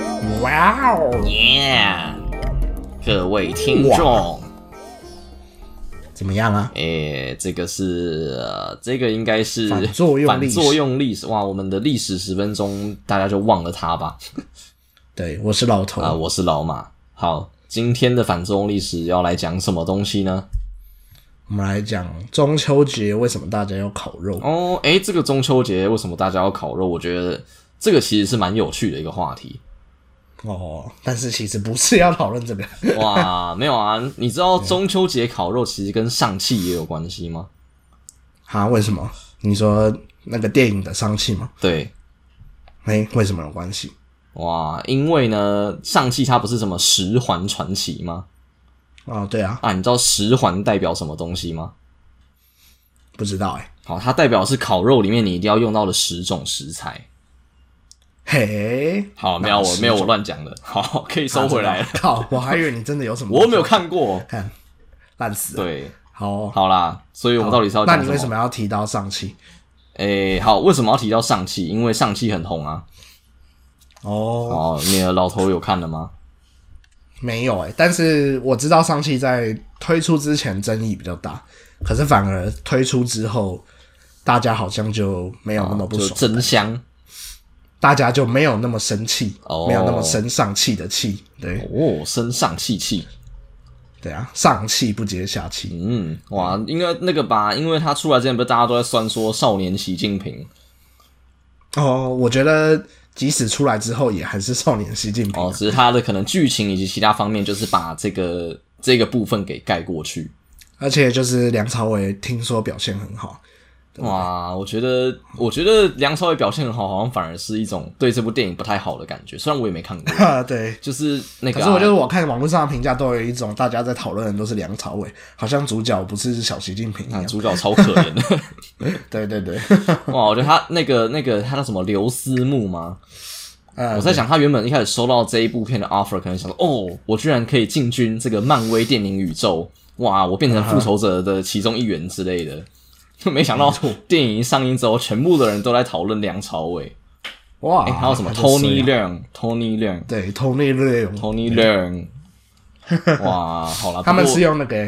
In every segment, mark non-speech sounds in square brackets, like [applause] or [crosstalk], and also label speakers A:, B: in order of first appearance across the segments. A: 哦！
B: 耶！各位听众，
A: 怎么样啊？
B: 诶、这个是、呃这个应该是
A: 反作用历
B: 反
A: 史
B: 作用历史哇！我们的历史十分钟，大家就忘了它吧。
A: 对，我是老头。
B: 啊、我是老马。好，今天的反作用历史要来讲什么东西呢？
A: 我们来讲中秋节为什么大家要烤肉？
B: 哦，诶、这个中秋节为什么大家要烤肉？我觉得这个其实是蛮有趣的一个话题。
A: 哦，但是其实不是要讨论这个。 [laughs]
B: 哇，没有啊，你知道中秋节烤肉其实跟上汽也有关系吗？
A: 哈，为什么？你说那个电影的上气吗？
B: 对，
A: 哎、为什么有关系？
B: 哇，因为呢，上汽它不是什么十环传奇吗？
A: 哦，对啊，
B: 啊，你知道十环代表什么东西吗？
A: 不知道哎、
B: 好，它代表是烤肉里面你一定要用到的十种食材。
A: 嘿，
B: 好，没有我没有我乱讲的，好，可以收回来了
A: 啊。真的啊靠，我还以为你真的有什么。
B: [laughs] 我又没有，看过，
A: 看，烂死了。
B: 对，
A: 好哦、
B: 好啦，所以我们到底是要
A: 那
B: 讲
A: 你为什
B: 么？
A: 么要提到上气？
B: 诶、好，为什么要提到上汽？因为上汽很红啊。
A: 哦，
B: 哦，你的老头有看了吗？
A: 没有哎、但是我知道上汽在推出之前争议比较大，可是反而推出之后，大家好像就没有那么不
B: 哦就
A: 爽，
B: 真香
A: 大家就没有那么生气，
B: 哦
A: 没有那么生上气的气，对
B: 哦，身上气气。
A: 对啊，上气不接下气，
B: 嗯，哇，应该那个吧，因为他出来之前不是大家都在酸说少年习近平
A: 哦，我觉得即使出来之后，也还是少年习近平
B: 哦，只是他的可能剧情以及其他方面，就是把这个这个部分给盖过去。
A: 而且就是梁朝伟听说表现很好，，
B: 哇，我觉得我觉得梁朝伟表现很好，好像反而是一种对这部电影不太好的感觉。虽然我也没看过 [laughs]
A: 哈，对。
B: 就是那个
A: 可
B: 啊、
A: 是我就是我看网络上的评价，都有一种大家在讨论的都是梁朝伟，好像主角不是小习近平一
B: 啊
A: 样。
B: 主角超可怜的。
A: 对对对， [laughs]
B: 哇，我觉得他那个那个他叫什么刘思慕吗？
A: 呃
B: 我在想，他原本一开始收到这一部片的 offer，可能想说，哦，我居然可以进军这个漫威电影宇宙，哇，我变成复仇者的其中一员之类的。 [laughs] 没想到
A: 嗯
B: 电影一上映之后，全部的人都在讨论梁朝伟，
A: [laughs] 哇，
B: 哎、还有什么
A: 他就衰
B: Tony
A: 了
B: Leung，Tony Leung，Tony
A: 对 Tony Leung，
B: Leung，
A: [laughs]
B: 哇，好了，
A: 他们
B: 不过
A: 是用那个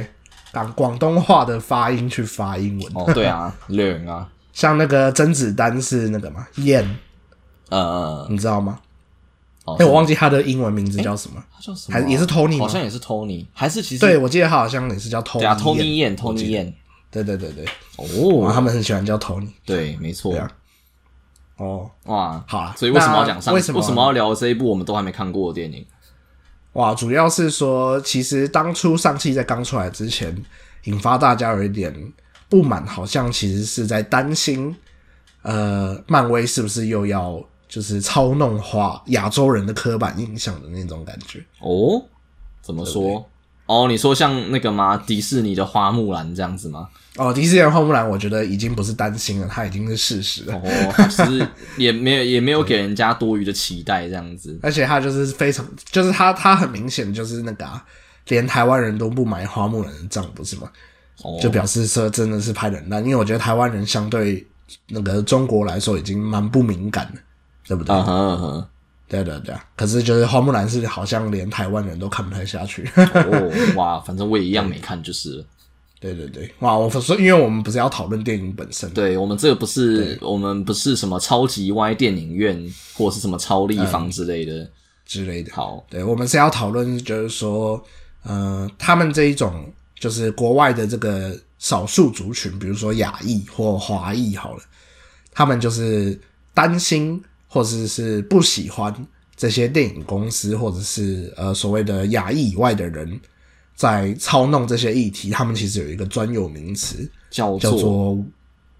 A: 广广东话的发音去发英文，
B: 哦，对啊，Leung 啊，
A: 像那个甄子丹是那个嘛燕，
B: 呃，
A: 你知道吗？
B: 哦
A: 哎，我忘记他的英文名字叫什么，
B: 他叫什么
A: 还
B: 啊？
A: 也是 Tony
B: 好
A: 吗？
B: 像也是 Tony，还是其实
A: 对，我记得他好像也是叫 Tony
B: 对啊，Tony
A: 燕，
B: 燕，Tony 燕，
A: 对对对对，哇，他
B: 哦，
A: 们很喜欢叫 Tony
B: 对，没错，
A: 啊哦。
B: 哇，
A: 好啦
B: 所以为什么要讲
A: 那
B: 上？
A: 为
B: 为
A: 什
B: 什
A: 么
B: 么要聊这一部我们都还没看过的电影？
A: 哇，主要是说，其实当初上汽在刚出来之前，引发大家有一点不满，好像其实是在担心，呃，漫威是不是又要就是操弄化亚洲人的刻板印象的那种感觉。
B: 哦，怎么说？哦，你说像那个吗？迪士尼的花木兰这样子吗？
A: 哦，迪士尼的花木兰，我觉得已经不是担心了，它已经是事实了，
B: 哦，它只是也没有也没有给人家多余的期待这样子。
A: 而且它就是非常，就是它它很明显就是那个、啊，连台湾人都不买花木兰的账，不是吗？
B: 哦，
A: 就表示说真的是拍的很烂，因为我觉得台湾人相对那个中国来说已经蛮不敏感的，对不对？
B: 嗯哼嗯
A: 对对对啊。可是就是花木兰是好像连台湾人都看不太下去， [laughs]
B: 哼，哦，哇，反正我也一样没看，就是了。
A: 对对对，哇！我说，因为我们不是要讨论电影本身，
B: 对我们这个不是我们不是什么超级歪电影院或者是什么超立方之类的。
A: 之类的，
B: 好，
A: 对我们是要讨论就是说，呃，他们这一种就是国外的这个少数族群，比如说亚裔或华裔好了，他们就是担心或者是不喜欢这些电影公司或者是呃所谓的亚裔以外的人在操弄这些议题，他们其实有一个专有名词
B: 叫
A: 叫
B: 做
A: 做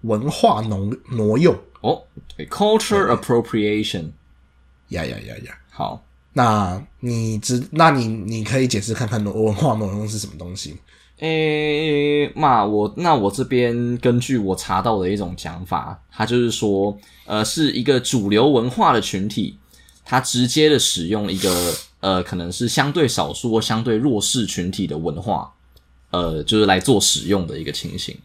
A: 文化挪挪用，
B: 哦对，culture appropriation。
A: 呀呀呀呀。
B: 好，
A: 那你知，那你你可以解释看看挪文化挪用是什么东西吗？
B: 诶、嘛，我那我这边根据我查到的一种讲法，它就是说，呃，是一个主流文化的群体，它直接的使用一个呃，可能是相对少数或相对弱势群体的文化，呃，就是来做使用的一个情形。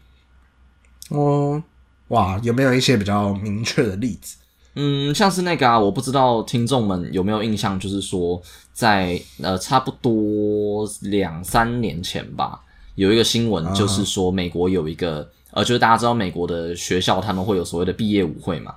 A: 哦，哇，有没有一些比较明确的例子？
B: 嗯，像是那个啊，我不知道听众们有没有印象，就是说在呃差不多两三年前吧，有一个新闻，就是说美国有一个、呃，就是大家知道美国的学校他们会有所谓的毕业舞会嘛，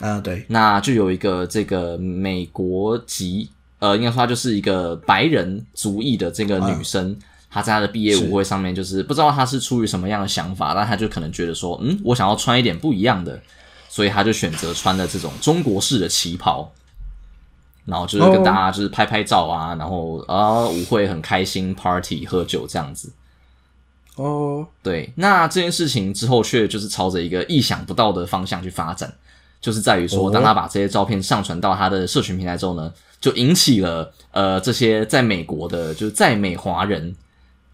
A: 啊，对，
B: 那就有一个这个美国籍，呃，应该说她就是一个白人族裔的这个女生，她在她的毕业舞会上面，就是不知道她是出于什么样的想法，但她就可能觉得说，嗯，我想要穿一点不一样的，所以她就选择穿了这种中国式的旗袍。然后就是跟大家就是拍拍照啊然后啊舞会很开心，party 喝酒这样子。
A: 哦，
B: 对，那这件事情之后却就是朝着一个意想不到的方向去发展，就是在于说，
A: 哦
B: 当他把这些照片上传到他的社群平台之后呢，就引起了呃这些在美国的就是在美华人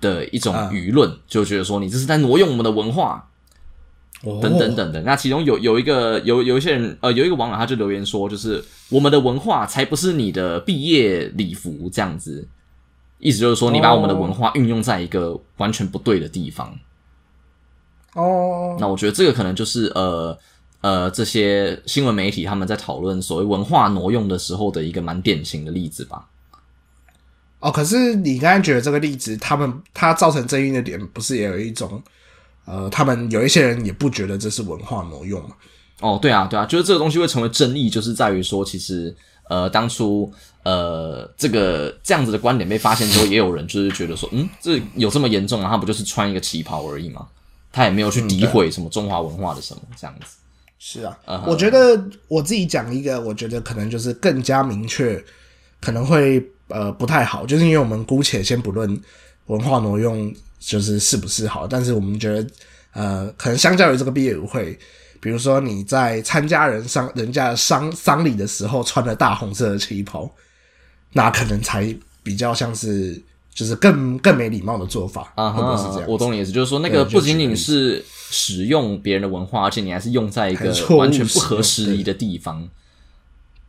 B: 的一种
A: 嗯
B: 舆论，就觉得说你这是在挪用我们的文化
A: 哦
B: 等等，等等。那其中有有一个有有一些人呃有一个网友他就留言说，就是我们的文化才不是你的毕业礼服这样子，意思就是说你把我们的文化运用在一个完全不对的地方。
A: 哦，
B: 那我觉得这个可能就是呃呃这些新闻媒体他们在讨论所谓文化挪用的时候的一个蛮典型的例子吧。
A: 哦，可是你刚才举的这个例子，他们他造成争议的点，不是也有一种，呃，他们有一些人也不觉得这是文化挪用嘛？
B: 哦，对啊，对啊，就是这个东西会成为争议，就是在于说，其实呃当初呃这个这样子的观点被发现之后，也有人就是觉得说，嗯，这有这么严重啊？他不就是穿一个旗袍而已吗？他也没有
A: 嗯
B: 去
A: 啊
B: 诋毁什么中华文化的什么这样子。
A: 是啊
B: 嗯哼
A: 我觉得我自己讲一个，我觉得可能就是更加明确，可能会呃不太好，就是因为我们姑且先不论文化挪用就是是不是好，但是我们觉得呃，可能相较于这个毕业舞会。比如说你在参加人丧人家的丧丧礼的时候穿了大红色的旗袍，那可能才比较像是就是更更没礼貌的做法，
B: 啊
A: 会不
B: 哈
A: 会是这样？
B: 我懂你意思，就是说那个
A: 对
B: 不仅仅
A: 就是
B: 使用别人的文化，而且你还是用在一
A: 还
B: 个
A: 是错误
B: 完全不
A: 使
B: 合
A: 用
B: 时宜的地方。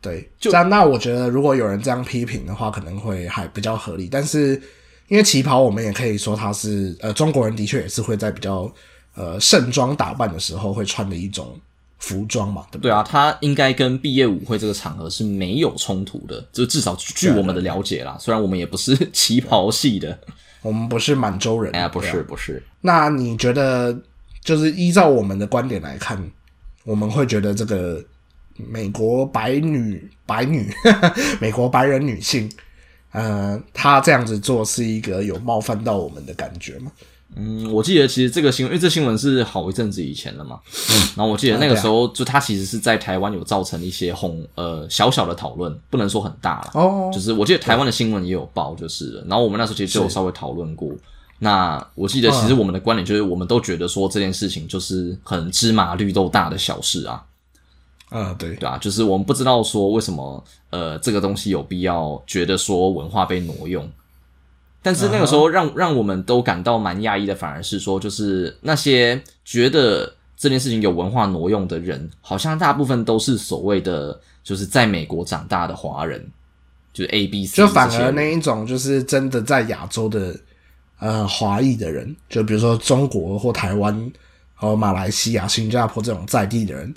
A: 对，
B: 就
A: 这样那我觉得如果有人这样批评的话，可能会还比较合理。但是因为旗袍，我们也可以说它是呃，中国人的确也是会在比较呃盛装打扮的时候会穿的一种服装嘛，对不对？
B: 对啊，它应该跟毕业舞会这个场合是没有冲突的，就至少据我们的了解啦。虽然我们也不是旗袍系的，
A: 我们不是满洲人，
B: 哎呀，不
A: 对啊
B: 是不是，
A: 那你觉得，就是依照我们的观点来看，我们会觉得这个美国白女白女， [laughs] 美国白人女性，呃，她这样子做是一个有冒犯到我们的感觉吗？
B: 嗯，我记得其实这个新闻，因为这新闻是好一阵子以前了嘛。然后我记得那个时候，就它其实是在台湾有造成一些轰呃小小的讨论，不能说很大啦。
A: 哦
B: 就是我记得台湾的新闻也有报，就是了。然后我们那时候其实就有
A: 是
B: 稍微讨论过。那我记得其实我们的观点就是，我们都觉得说这件事情就是很芝麻绿豆大的小事啊，
A: 啊、对，
B: 对啊，就是我们不知道说为什么呃这个东西有必要觉得说文化被挪用，但是那个时
A: 嗯
B: 候让、让我们都感到蛮讶异的，反而是说就是那些觉得这件事情有文化挪用的人，好像大部分都是所谓的就是在美国长大的华人，就是 A B C，
A: 就反
B: 这些
A: 而
B: 人
A: 那一种就是真的在亚洲的呃华裔的人，就比如说中国或台湾，还有马来西亚、新加坡这种在地的人，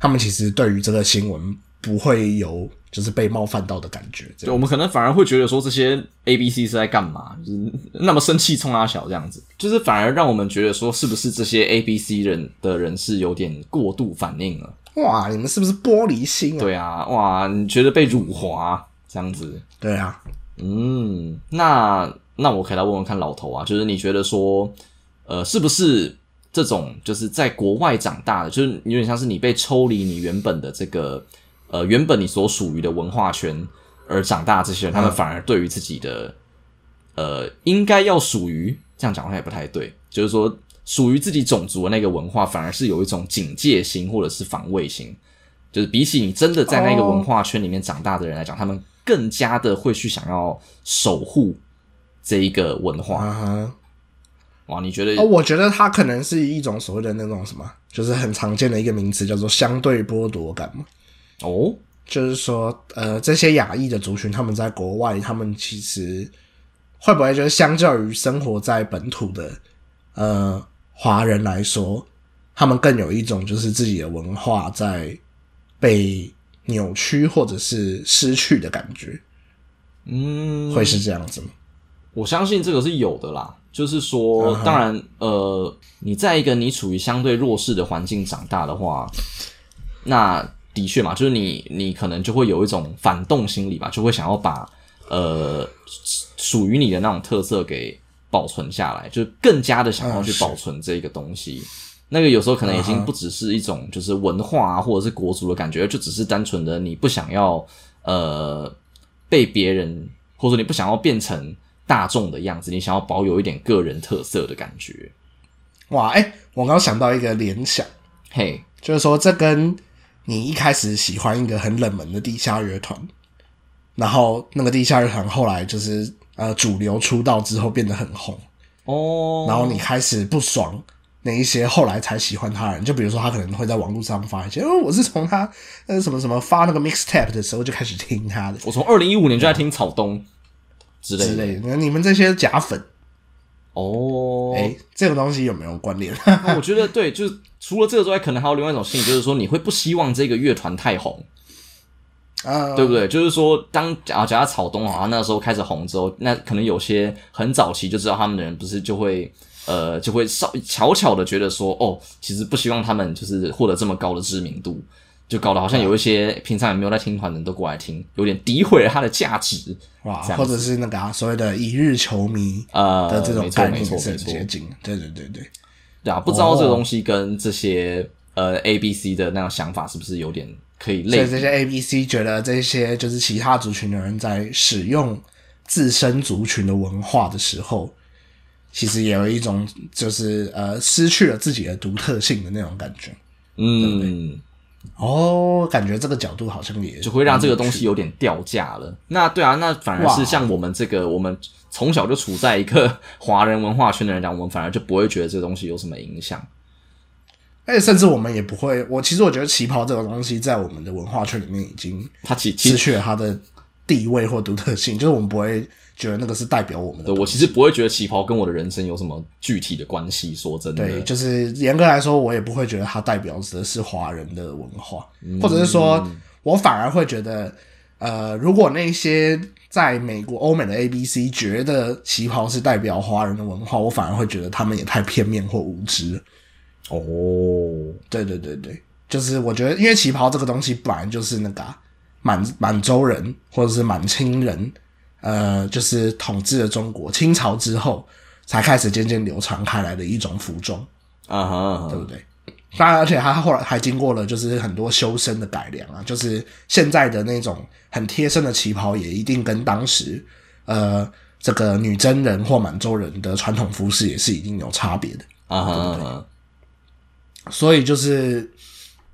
A: 他们其实对于这个新闻不会有就是被冒犯到的感觉，这
B: 就
A: 样
B: 我们可能反而会觉得说这些 A B C 是在干嘛，就是那么生气冲他小这样子，就是反而让我们觉得说是不是这些 A B C 人的人是有点过度反应了。
A: 哇，你们是不是玻璃心啊？
B: 对啊，哇，你觉得被辱华这样子？
A: 对啊，
B: 嗯，那那我可以来问问看老头啊，就是你觉得说，呃，是不是这种就是在国外长大的，就是有点像是你被抽离你原本的这个呃原本你所属于的文化圈而长大的这些人，他们
A: 嗯
B: 反而对于自己的、呃应该要属于这样讲好像也不太对，就是说属于自己种族的那个文化，反而是有一种警戒心或者是防卫心。就是比起你真的在那个文化圈里面长大的人来讲，他们更加的会去想要守护这一个文化。
A: 啊哈。
B: 哇，你觉得
A: 哦，我觉得它可能是一种所谓的那种什么，就是很常见的一个名词，叫做相对剥夺感嘛。
B: 哦？
A: 就是说，呃，这些亚裔的族群，他们在国外，他们其实会不会就是相较于生活在本土的呃华人来说，他们更有一种就是自己的文化在被扭曲或者是失去的感觉，
B: 嗯，
A: 会是这样子吗？
B: 我相信这个是有的啦。就是说
A: 嗯哼
B: 当然，呃，你在一个你处于相对弱势的环境长大的话，那的确嘛，就是你你可能就会有一种反动心理吧，就会想要把呃属于你的那种特色给保存下来，就更加的想要去
A: 嗯是
B: 保存这个东西。那个有时候可能已
A: 嗯
B: 经
A: 哼
B: 不只是一种就是文化啊，或者是国族的感觉，就只是单纯的你不想要呃被别人，或者你不想要变成大众的样子，你想要保有一点个人特色的感觉。
A: 哇，哎、我刚想到一个联想，
B: 嘿，
A: 就是说这跟你一开始喜欢一个很冷门的地下乐团，然后那个地下乐团后来就是呃主流出道之后变得很红，
B: 哦，
A: 然后你开始不爽那一些后来才喜欢他的人，就比如说他可能会在网络上发一些，哦，我是从他呃什么什么发那个 mixtape 的时候就开始听他的
B: 我从二零一五年就在听草东之类
A: 啊之
B: 的
A: 类的。那你们这些假粉，
B: 哦，
A: 哎、这个东西有没有关联？ [laughs] 啊
B: 那我觉得对，就是除了这个之外，可能还有另外一种心理，就是说你会不希望这个乐团太红。
A: 啊，
B: 对不对？就是说，当啊，假如草东好像那时候开始红之后，那可能有些很早期就知道他们的人，不是就会呃，就会稍巧巧的觉得说，哦，其实不希望他们就是获得这么高的知名度，就搞得好像
A: 啊
B: 有一些平常也没有在听团的人都过来听，有点诋毁了它的价值。
A: 哇
B: 这，样
A: 或者是那个、啊、所谓的一日球迷
B: 呃，
A: 的这种
B: 没错
A: 概
B: 没
A: 念
B: 错
A: 也是
B: 没
A: 很
B: 错，
A: 接近的，对对对对。
B: 对啊，不知道这个
A: 哦
B: 东西跟这些、呃 A B C 的那种想法是不是有点可以
A: 所
B: 类
A: 以这些 A、B、C 觉得这些就是其他族群的人在使用自身族群的文化的时候，其实也有一种就是呃失去了自己的独特性的那种感觉。
B: 嗯。
A: 哦，感觉这个角度好像也
B: 就会让这个东西有点掉价了。那对啊，那反而是
A: 哇
B: 像我们这个，我们从小就处在一个华人文化圈的人讲，我们反而就不会觉得这个东西有什么影响。
A: 而哎且甚至我们也不会，我其实我觉得旗袍这个东西在我们的文化圈里面已经
B: 它其其
A: 失
B: 实
A: 去了它的地位或独特性，就是我们不会觉得那个是代表我们的
B: 对我其实不会觉得旗袍跟我的人生有什么具体的关系。说真的，
A: 对，就是严格来说，我也不会觉得它代表着是华人的文化，或者是说，我反而会觉得，呃，如果那些在美国、欧美的 A、B、C 觉得旗袍是代表华人的文化，我反而会觉得他们也太片面或无知了。
B: 哦，
A: 对对对对，就是我觉得，因为旗袍这个东西本来就是那个啊满满洲人或者是满清人，呃，就是统治了中国清朝之后才开始渐渐流传开来的一种服装。
B: 啊哈啊
A: 对不
B: 哈，
A: 对？当然，而且它后来还经过了就是很多修身的改良啊，就是现在的那种很贴身的旗袍，也一定跟当时呃这个女真人或满洲人的传统服饰也是一定有差别的。
B: 啊哈啊哈，
A: 所以就是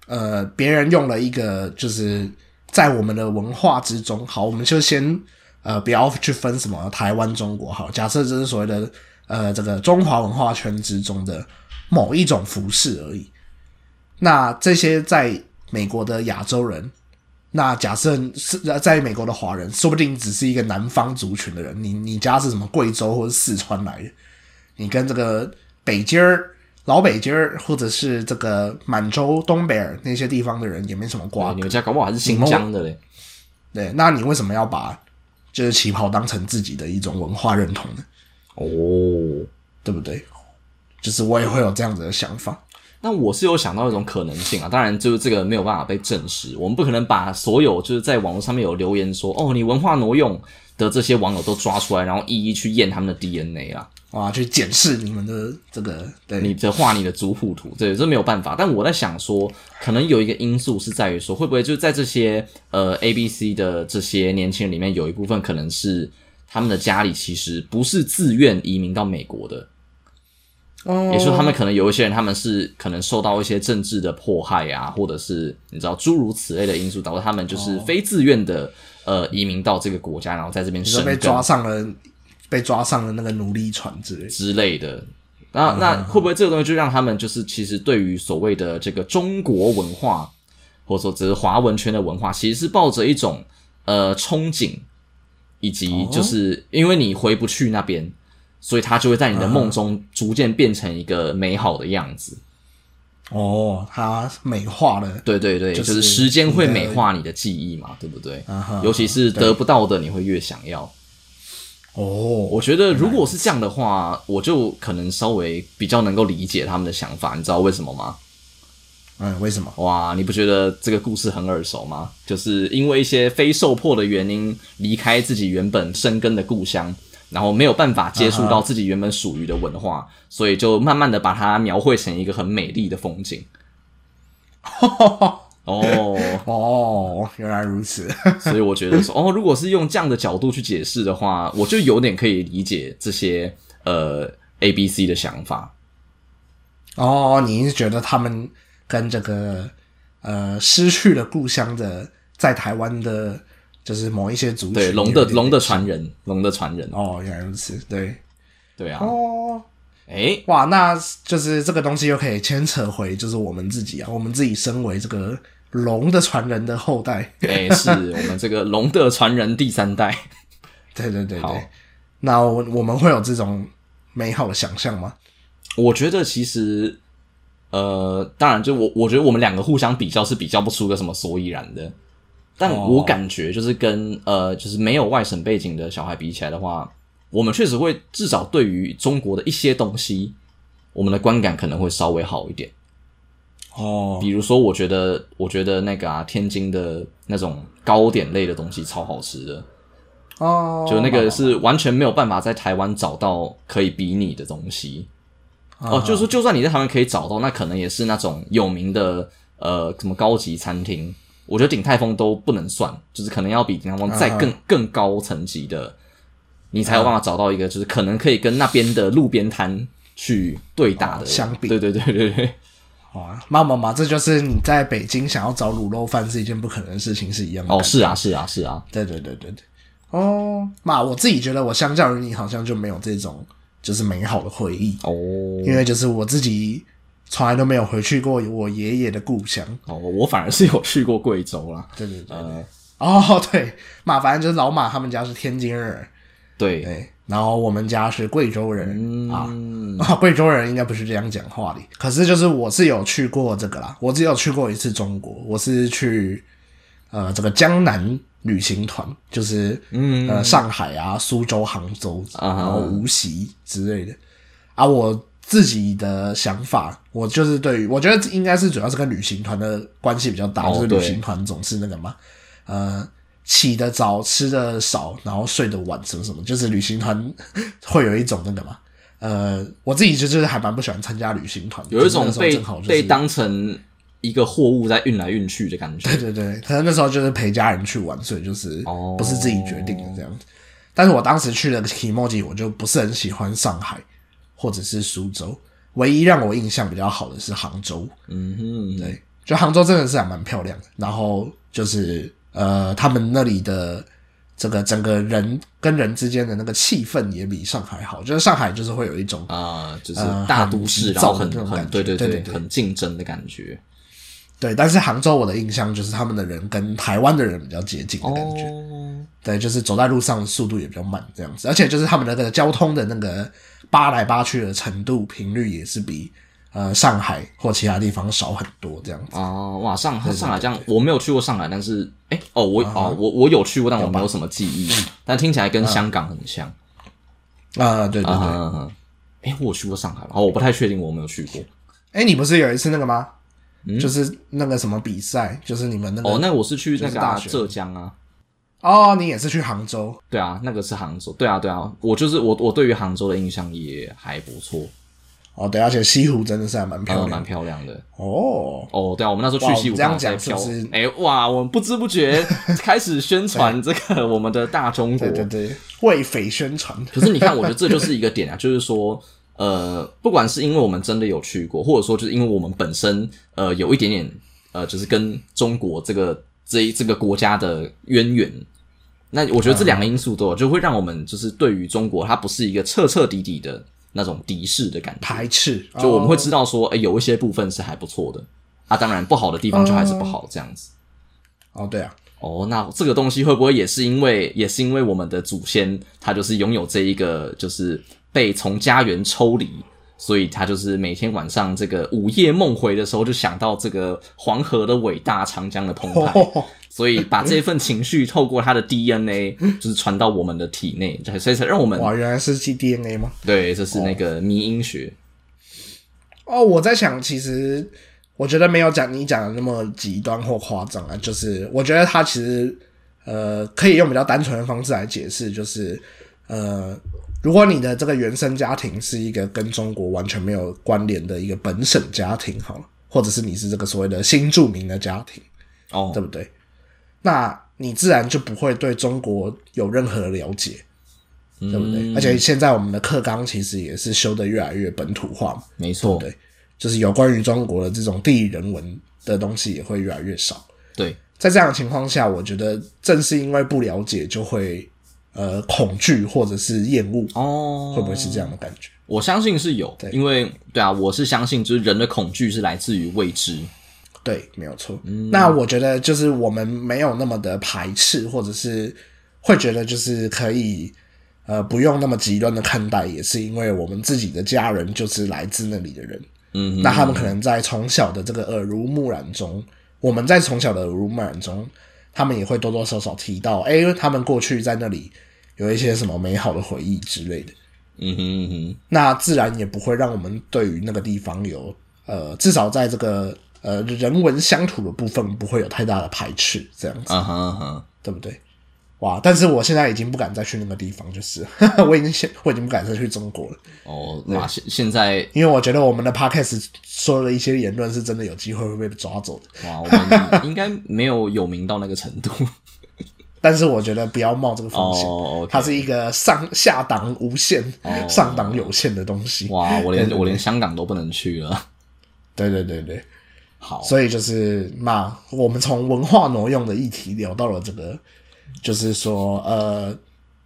A: 呃，别人用了一个就是在我们的文化之中，好，我们就先呃不要去分什么台湾、中国，好，假设这是所谓的呃这个中华文化圈之中的某一种服饰而已。那这些在美国的亚洲人。那假设是呃在美国的华人，说不定只是一个南方族群的人。你你家是什么贵州或者四川来的？你跟这个北京儿、老北京儿，或者是这个满洲、东北儿那些地方的人也没什么瓜
B: 哇，你
A: 葛。
B: 们家搞不好还是新疆的嘞。
A: 对，那你为什么要把就是旗袍当成自己的一种文化认同呢？
B: 哦，
A: 对不对？就是我也会有这样子的想法。
B: 那我是有想到一种可能性啊，当然就是这个没有办法被证实，我们不可能把所有就是在网络上面有留言说哦你文化挪用的这些网友都抓出来，然后一一去验他们的 DNA 啊，
A: 哇，去检视你们的这个对
B: 你的画你的族谱图，对，这没有办法。但我在想说，可能有一个因素是在于说，会不会就是在这些呃 A、B、C 的这些年轻人里面，有一部分可能是他们的家里其实不是自愿移民到美国的，
A: 哦
B: 也就是他们可能有一些人，他们是可能受到一些政治的迫害啊，或者是你知道诸如此类的因素，导致他们就是非自愿的、呃移民到这个国家，然后在这边
A: 你说
B: 生
A: 被
B: 根
A: 抓上了，被抓上了那个奴隶船之类的。
B: 之类的。那那会不会这个东西就让他们就是其实对于所谓的这个中国文化，或者说只是华文圈的文化，其实是抱着一种呃憧憬，以
A: 哦
B: 及就是因为你回不去那边，
A: 嗯
B: 所以它就会在你的梦中逐渐变成一个美好的样子。
A: 哦，它美化了，
B: 对对对，
A: 就
B: 就是是时间会美化你的记忆嘛，对不嗯对？
A: 啊哈
B: 尤其是得不到的，你会越想要。
A: 哦，
B: 我觉得如果是这样的话，我就可能稍微比较能够理解他们的想法，你知道为什么吗？
A: 嗯，为什么？
B: 哇，你不觉得这个故事很耳熟吗？就是因为一些非受迫的原因，离开自己原本生根的故乡，然后没有办法接触到自己原本属于的文化，所以就慢慢的把它描绘成一个很美丽的风 [laughs] 景。哦，
A: 哦，原来如此， [laughs]
B: 所以我觉得说，哦，如果是用这样的角度去解释的话，我就有点可以理解这些呃 A、B、C 的想法。
A: 哦，你是觉得他们跟这个呃失去了故乡的在台湾的，就是某一些族群
B: 对，龙
A: 有
B: 的
A: 点
B: 龙的传人，龙的传人，
A: 哦，原来如此，对，
B: 对啊，
A: 哦，
B: 哎、
A: 哇，那就是这个东西又可以牵扯回，就是我们自己啊，我们自己身为这个龙的传人的后代，
B: 哎、是我们这个龙的传人第三代。
A: 对对对
B: 好
A: 对，那我我们会有这种美好的想象吗？
B: 我觉得其实，呃，当然，就我我觉得我们两个互相比较是比较不出个什么所以然的。但
A: 哦
B: 我感觉就是跟呃，就是没有外省背景的小孩比起来的话，我们确实会至少对于中国的一些东西，我们的观感可能会稍微好一点。
A: 哦
B: 比如说，我觉得我觉得那个啊，天津的那种糕点类的东西超好吃的，
A: 哦，
B: 就那个是完全没有办法在台湾找到可以比拟的东西。
A: 啊
B: 哦，就是说，就算你在台湾可以找到，那可能也是那种有名的呃什么高级餐厅，我觉得鼎泰丰都不能算，就是可能要比鼎泰丰再更、
A: 啊
B: 更高层级的，你才有办法找到一个就是可能可以跟那边的路边摊去对打的、
A: 哦相比
B: 对对对对对，
A: 哇，啊妈妈妈，这就是你在北京想要找卤肉饭是一件不可能的事情是一样的
B: 哦，
A: 感觉
B: 是啊，是啊，是啊，
A: 对对对对对，哦，妈，我自己觉得我相较于你好像就没有这种就是美好的回忆，
B: 哦
A: 因为就是我自己从来都没有回去过我爷爷的故乡。
B: 哦，我反而是有去过贵州啦，
A: 对对对，
B: 呃，
A: 哦 [laughs] 对，马反正就是老马他们家是天津人，
B: 对，
A: 对，然后我们家是贵州人、啊。
B: 嗯，
A: 啊，贵州人应该不是这样讲话的。可是就是我是有去过这个啦，我只有去过一次中国，我是去呃这个江南旅行团，就是
B: 嗯
A: 呃上海啊、苏州、杭州，
B: 啊哈
A: 然后无锡之类的。啊，我自己的想法，我就是对于我觉得应该是主要是跟旅行团的关系比较大，
B: 哦
A: 就是
B: 对
A: 旅行团总是那个嘛，呃。起得早，吃的少，然后睡得晚，什么什么，就是旅行团会有一种那个嘛，呃，我自己就就是还蛮不喜欢参加旅行团的，
B: 有一
A: 就是
B: 种
A: 那时候
B: 被、
A: 正好就是
B: 被当成一个货物在运来运去的感觉
A: [laughs] 对。对对，可能那时候就是陪家人去玩，所以就是
B: 哦
A: 不是自己决定的这样子。但是我当时去了 k i m o j i 我就不是很喜欢上海或者是苏州，唯一让我印象比较好的是杭州。
B: 嗯哼，
A: 对，就杭州真的是还蛮漂亮的。然后就是呃，他们那里的这个整个人跟人之间的那个气氛也比上海好，就是上海就是会有一种
B: 啊、就是
A: 呃
B: 大都市，
A: 很
B: 然后
A: 急躁的那
B: 很
A: 种
B: 很
A: 感觉
B: 对对
A: 对
B: 对
A: 对，对
B: 很竞争的感觉。
A: 对，但是杭州我的印象就是他们的人跟台湾的人比较接近的
B: 哦
A: 感觉。对，就是走在路上速度也比较慢这样子，而且就是他们那个交通的那个扒来扒去的程度频率也是比呃上海或其他地方少很多这样子。
B: 啊，哇，上海上海这样，我没有去过上海，但是哎、哦，
A: 啊
B: 我哦，我我有去过，但我没有什么记忆，
A: 嗯
B: 但听起来跟香港很像。
A: 啊、对对对，
B: 啊哈
A: 哎、
B: 啊哈，哎、我有去过上海吗？哦，我不太确定，我有没有去过。
A: 嗯哎你不是有一次那个吗？
B: 嗯
A: 就是那个什么比赛，就是你们那个
B: 哦，那我是去
A: 就
B: 那
A: 是
B: 个、啊、
A: 大学
B: 浙江啊，
A: 哦，你也是去杭州
B: 对啊，那个是杭州，对啊对啊，我就是我我对于杭州的印象也还不错，
A: 哦，对，而且西湖真的是还蛮漂
B: 呃，
A: 亮
B: 蛮
A: 的、
B: 漂亮的。
A: 哦。
B: 哦，对啊，我们那时候
A: 哇
B: 去西
A: 我们
B: 湖
A: 这样
B: 刚好在
A: 讲是
B: 飘
A: 不是，
B: 哎、哇，我们不知
A: [laughs]
B: 不觉开始宣传这个我们的大中国。
A: 对对对，为匪宣传，
B: 可是你看，我觉得这就是一个点啊，就是说，呃，不管是因为我们真的有去过，或者说就是因为我们本身呃有一点点呃，就是跟中国这个这一这个国家的渊源。那我觉得这
A: 嗯
B: 两个因素都有，就会让我们就是对于中国，它不是一个彻彻底底的那种敌视的感觉。
A: 排斥，
B: 就我们会
A: 哦
B: 知道说，哎、有一些部分是还不错的，啊，当然不好的地方就还是不好这样子。
A: 哦，对啊，
B: 哦，那这个东西会不会也是因为，也是因为我们的祖先他就是拥有这一个，就是被从家园抽离，所以他就是每天晚上这个午夜梦回的时候，就想到这个黄河的伟大，长江的澎湃，
A: 哦，
B: 所以把这份情绪透过他的 DNA 就是传到我们的体内，所以才让我
A: [laughs]
B: 们
A: 哇，哦原来是 G DNA 吗？
B: 对，这是那个迷因学，
A: 哦，我在想，其实我觉得没有讲你讲的那么极端或夸张啊，就是我觉得他其实呃可以用比较单纯的方式来解释，就是呃，如果你的这个原生家庭是一个跟中国完全没有关联的一个本省家庭，好了，或者是你是这个所谓的新著名的家庭，
B: 哦
A: 对，不对？那你自然就不会对中国有任何了解，
B: 对
A: 对不对？而且现在我们的课纲其实也是修的越来越本土化嘛。
B: 没错，
A: 对就是有关于中国的这种地理人文的东西也会越来越少。
B: 对，
A: 在这样的情况下，我觉得正是因为不了解，就会呃恐惧或者是厌恶，
B: 哦，
A: 会不会是这样的感觉？
B: 我相信是有，因为对啊，我是相信，就是人的恐惧是来自于未知。
A: 对，没有错。那我觉得就是我们没有那么的排斥，或者是会觉得就是可以呃不用那么极端的看待，也是因为我们自己的家人就是来自那里的人，
B: 嗯哼，
A: 那他们可能在从小的这个耳濡目染中，我们在从小的耳濡目染中，他们也会多多少少提到，哎、因为他们过去在那里有一些什么美好的回忆之类的，
B: 嗯哼嗯哼，
A: 那自然也不会让我们对于那个地方有呃，至少在这个呃人文乡土的部分不会有太大的排斥，这样子，
B: 啊哈啊哈，
A: 对不对？哇！但是我现在已经不敢再去那个地方，就是 [laughs] 我已经现我已经不敢再去中国了，
B: 哦，哇，现现在
A: 因为我觉得我们的 podcast 说了一些言论是真的有机会会被抓走的。
B: 哇，我们应该没有有名到那
A: [laughs]
B: 个程度。
A: 但是我觉得不要冒这个风险，
B: 哦，OK
A: 它是一个上下档无限、
B: 哦
A: 上档有限的东西。
B: 哇，我连
A: 对对对
B: 我连香港都不能去了。
A: 对对对对，
B: 好，
A: 所以就是嘛，我们从文化挪用的议题聊到了这个，就是说呃，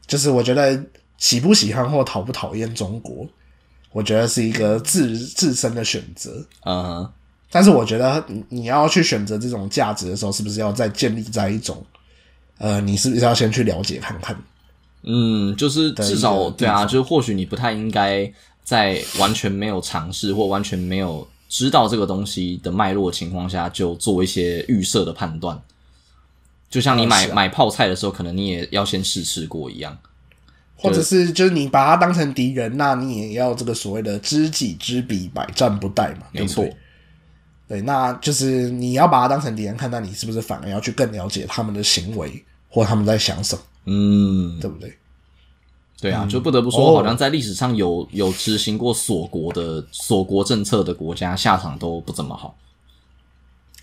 A: 就是我觉得喜不喜欢或讨不讨厌中国，我觉得是一个自自身的选择。
B: 嗯哼，
A: 但是我觉得你你要去选择这种价值的时候，是不是要再建立在一种，呃，你是不是要先去了解看看？
B: 嗯，就是
A: 一
B: 至
A: 个
B: 少
A: 地
B: 对啊，
A: 方
B: 就是或许你不太应该在完全没有尝试或完全没有知道这个东西的脉络的情况下，就做一些预设的判断。就像你买、
A: 是啊
B: 买泡菜的时候，可能你也要先试吃过一样。
A: 或者是就是你把他当成敌人，那你也要这个所谓的知己知彼，百战不殆嘛，对
B: 没
A: 不
B: 错
A: 对，对，那就是你要把他当成敌人看，那你是不是反而要去更了解他们的行为或他们在想什么，
B: 嗯，
A: 对不对？
B: 对啊，就不得不说，
A: 哦
B: 好像在历史上有有执行过锁国的锁国政策的国家，下场都不怎么好。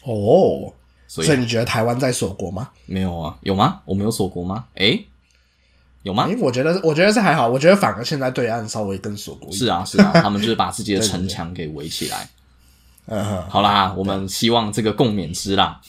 A: 哦，
B: 所以
A: 所以你觉得台湾在锁国吗？
B: 没有啊，有吗？我们有锁国吗？诶、有吗
A: 因？为我觉得我觉得是还好，我觉得反而现在对岸稍微更锁国一点。
B: 是啊，是啊，他们就是把自己的
A: 对对
B: 城墙给围起来。
A: 嗯哼，
B: 好啦，我们希望这个共勉之啦。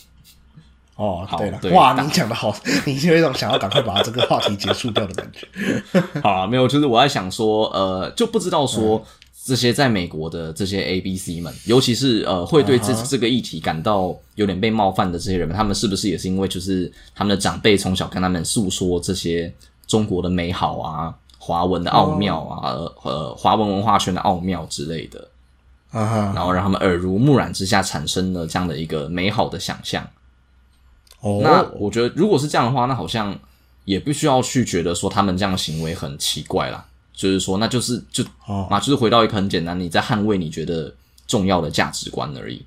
A: 哦
B: 好，
A: 对了
B: 对，
A: 哇，
B: 大
A: 你讲的好，你有一种想要赶快把这个话题结束掉的感觉。
B: 好啦，没有，就是我在想说，呃，就不知道说这些在美国的这些 A、B、C 们，尤其是呃会对这、
A: 啊哈
B: 这个议题感到有点被冒犯的这些人们，他们是不是也是因为就是他们的长辈从小跟他们诉说这些中国的美好啊、华文的奥妙啊、呃呃华文文化圈的奥妙之类的，
A: 啊哈，
B: 然后让他们耳濡目染之下产生了这样的一个美好的想象。
A: 哦，
B: 那我觉得，如果是这样的话，那好像也不需要去觉得说他们这样的行为很奇怪啦。就是说，那就是就
A: 哦
B: 嘛，就是回到一个很简单，你在捍卫你觉得重要的价值观而已。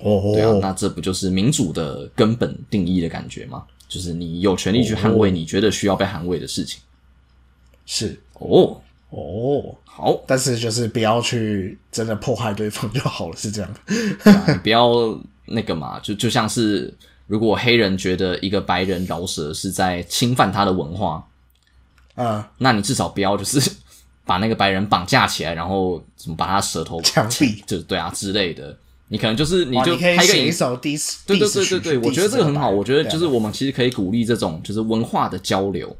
A: 哦，
B: 对啊，那这不就是民主的根本定义的感觉吗？就是你有权利去捍
A: 哦
B: 卫你觉得需要被捍卫的事情。
A: 是
B: 哦，
A: 哦，
B: 好，
A: 但是就是不要去真的迫害对方就好了，是这样。
B: 你不要那个嘛， [laughs] 就就像是如果黑人觉得一个白人饶舌是在侵犯他的文化，
A: 啊、
B: 那你至少不要就是 [laughs] 把那个白人绑架起来，然后怎么把他舌头
A: [laughs] 枪毙
B: 就对啊之类的。你可能就是你
A: 哇
B: 就
A: 你可以
B: 拍一个
A: 写一
B: 影，
A: 首 diss，
B: 对对
A: diss
B: 对对
A: 曲
B: 对，
A: 去
B: 我觉得
A: diss
B: 这个很好。
A: 白人
B: 我觉得就是
A: 对啊
B: 我们其实可以鼓励这种就是文化的交流。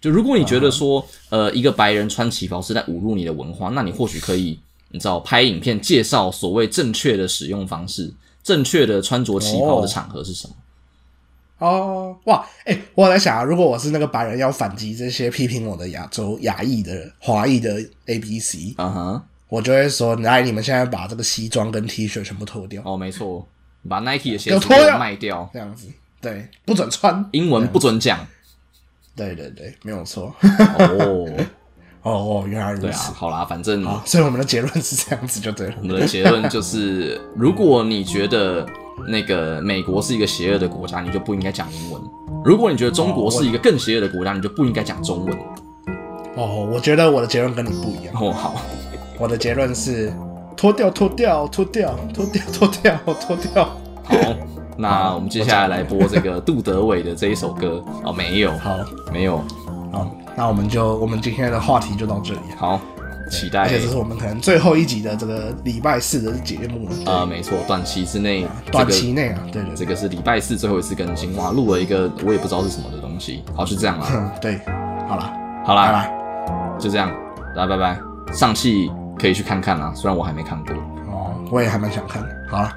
B: 就如果你觉得说，
A: 嗯
B: 呃，一个白人穿旗袍是在侮辱你的文化，那你或许可以，你知道，拍影片介绍所谓正确的使用方式，正确的穿着旗袍
A: 哦
B: 的场合是什么？
A: 哦，哇，哎、我在想啊，如果我是那个白人要反击这些批评我的亚洲亚裔的华裔的 A B C，
B: 啊哈，
A: 我就会说，来，你们现在把这个西装跟 T 恤全部脱掉，
B: 哦，没错，你把 Nike 的鞋
A: 有
B: 子
A: 脱
B: 给我
A: 呀
B: 卖掉，
A: 这样子，对，不准穿，
B: 英文不准讲。
A: 对对对，没有错。
B: 哦，
A: 哦哦，原来如
B: 对啊，
A: 此。
B: 好啦，反正
A: 好，所以我们的结论是这样子就对了
B: 我。们的结论
A: [laughs]
B: 就是，如果你觉得那个美国是一个邪恶的国家，你就不应该讲英文；如果你觉得中国是一个更邪恶的国家，你就不应该讲中文。
A: 哦，我觉得我的结论跟你不一样。
B: 哦，好，
A: 我的结论是脱掉，脱掉，脱掉，脱掉，脱掉，脱掉。
B: [laughs] 好，那我们接下来来播这个杜德伟的这一首歌。哦，没有，
A: 好，
B: 没有，
A: 好，那我们就我们今天的话题就到这里了。
B: 好，期
A: 而
B: 待
A: 且。这是我们可能最后一集的这个礼拜四的节目了。对
B: 呃，没错，短期之内，这
A: 短
B: 个
A: 期内啊，对对
B: 这
A: 对，
B: 个是礼拜四最后一次更新，哇，录了一个我也不知道是什么的东西。好，就这样
A: [laughs]
B: 啦，
A: 嗯，对，好了，
B: 好
A: 拜
B: 啦，
A: 拜。
B: 就这样，大家啊拜拜。上戏可以去看看啦，虽然我还没看过。
A: 哦，我也还蛮想看的。好了，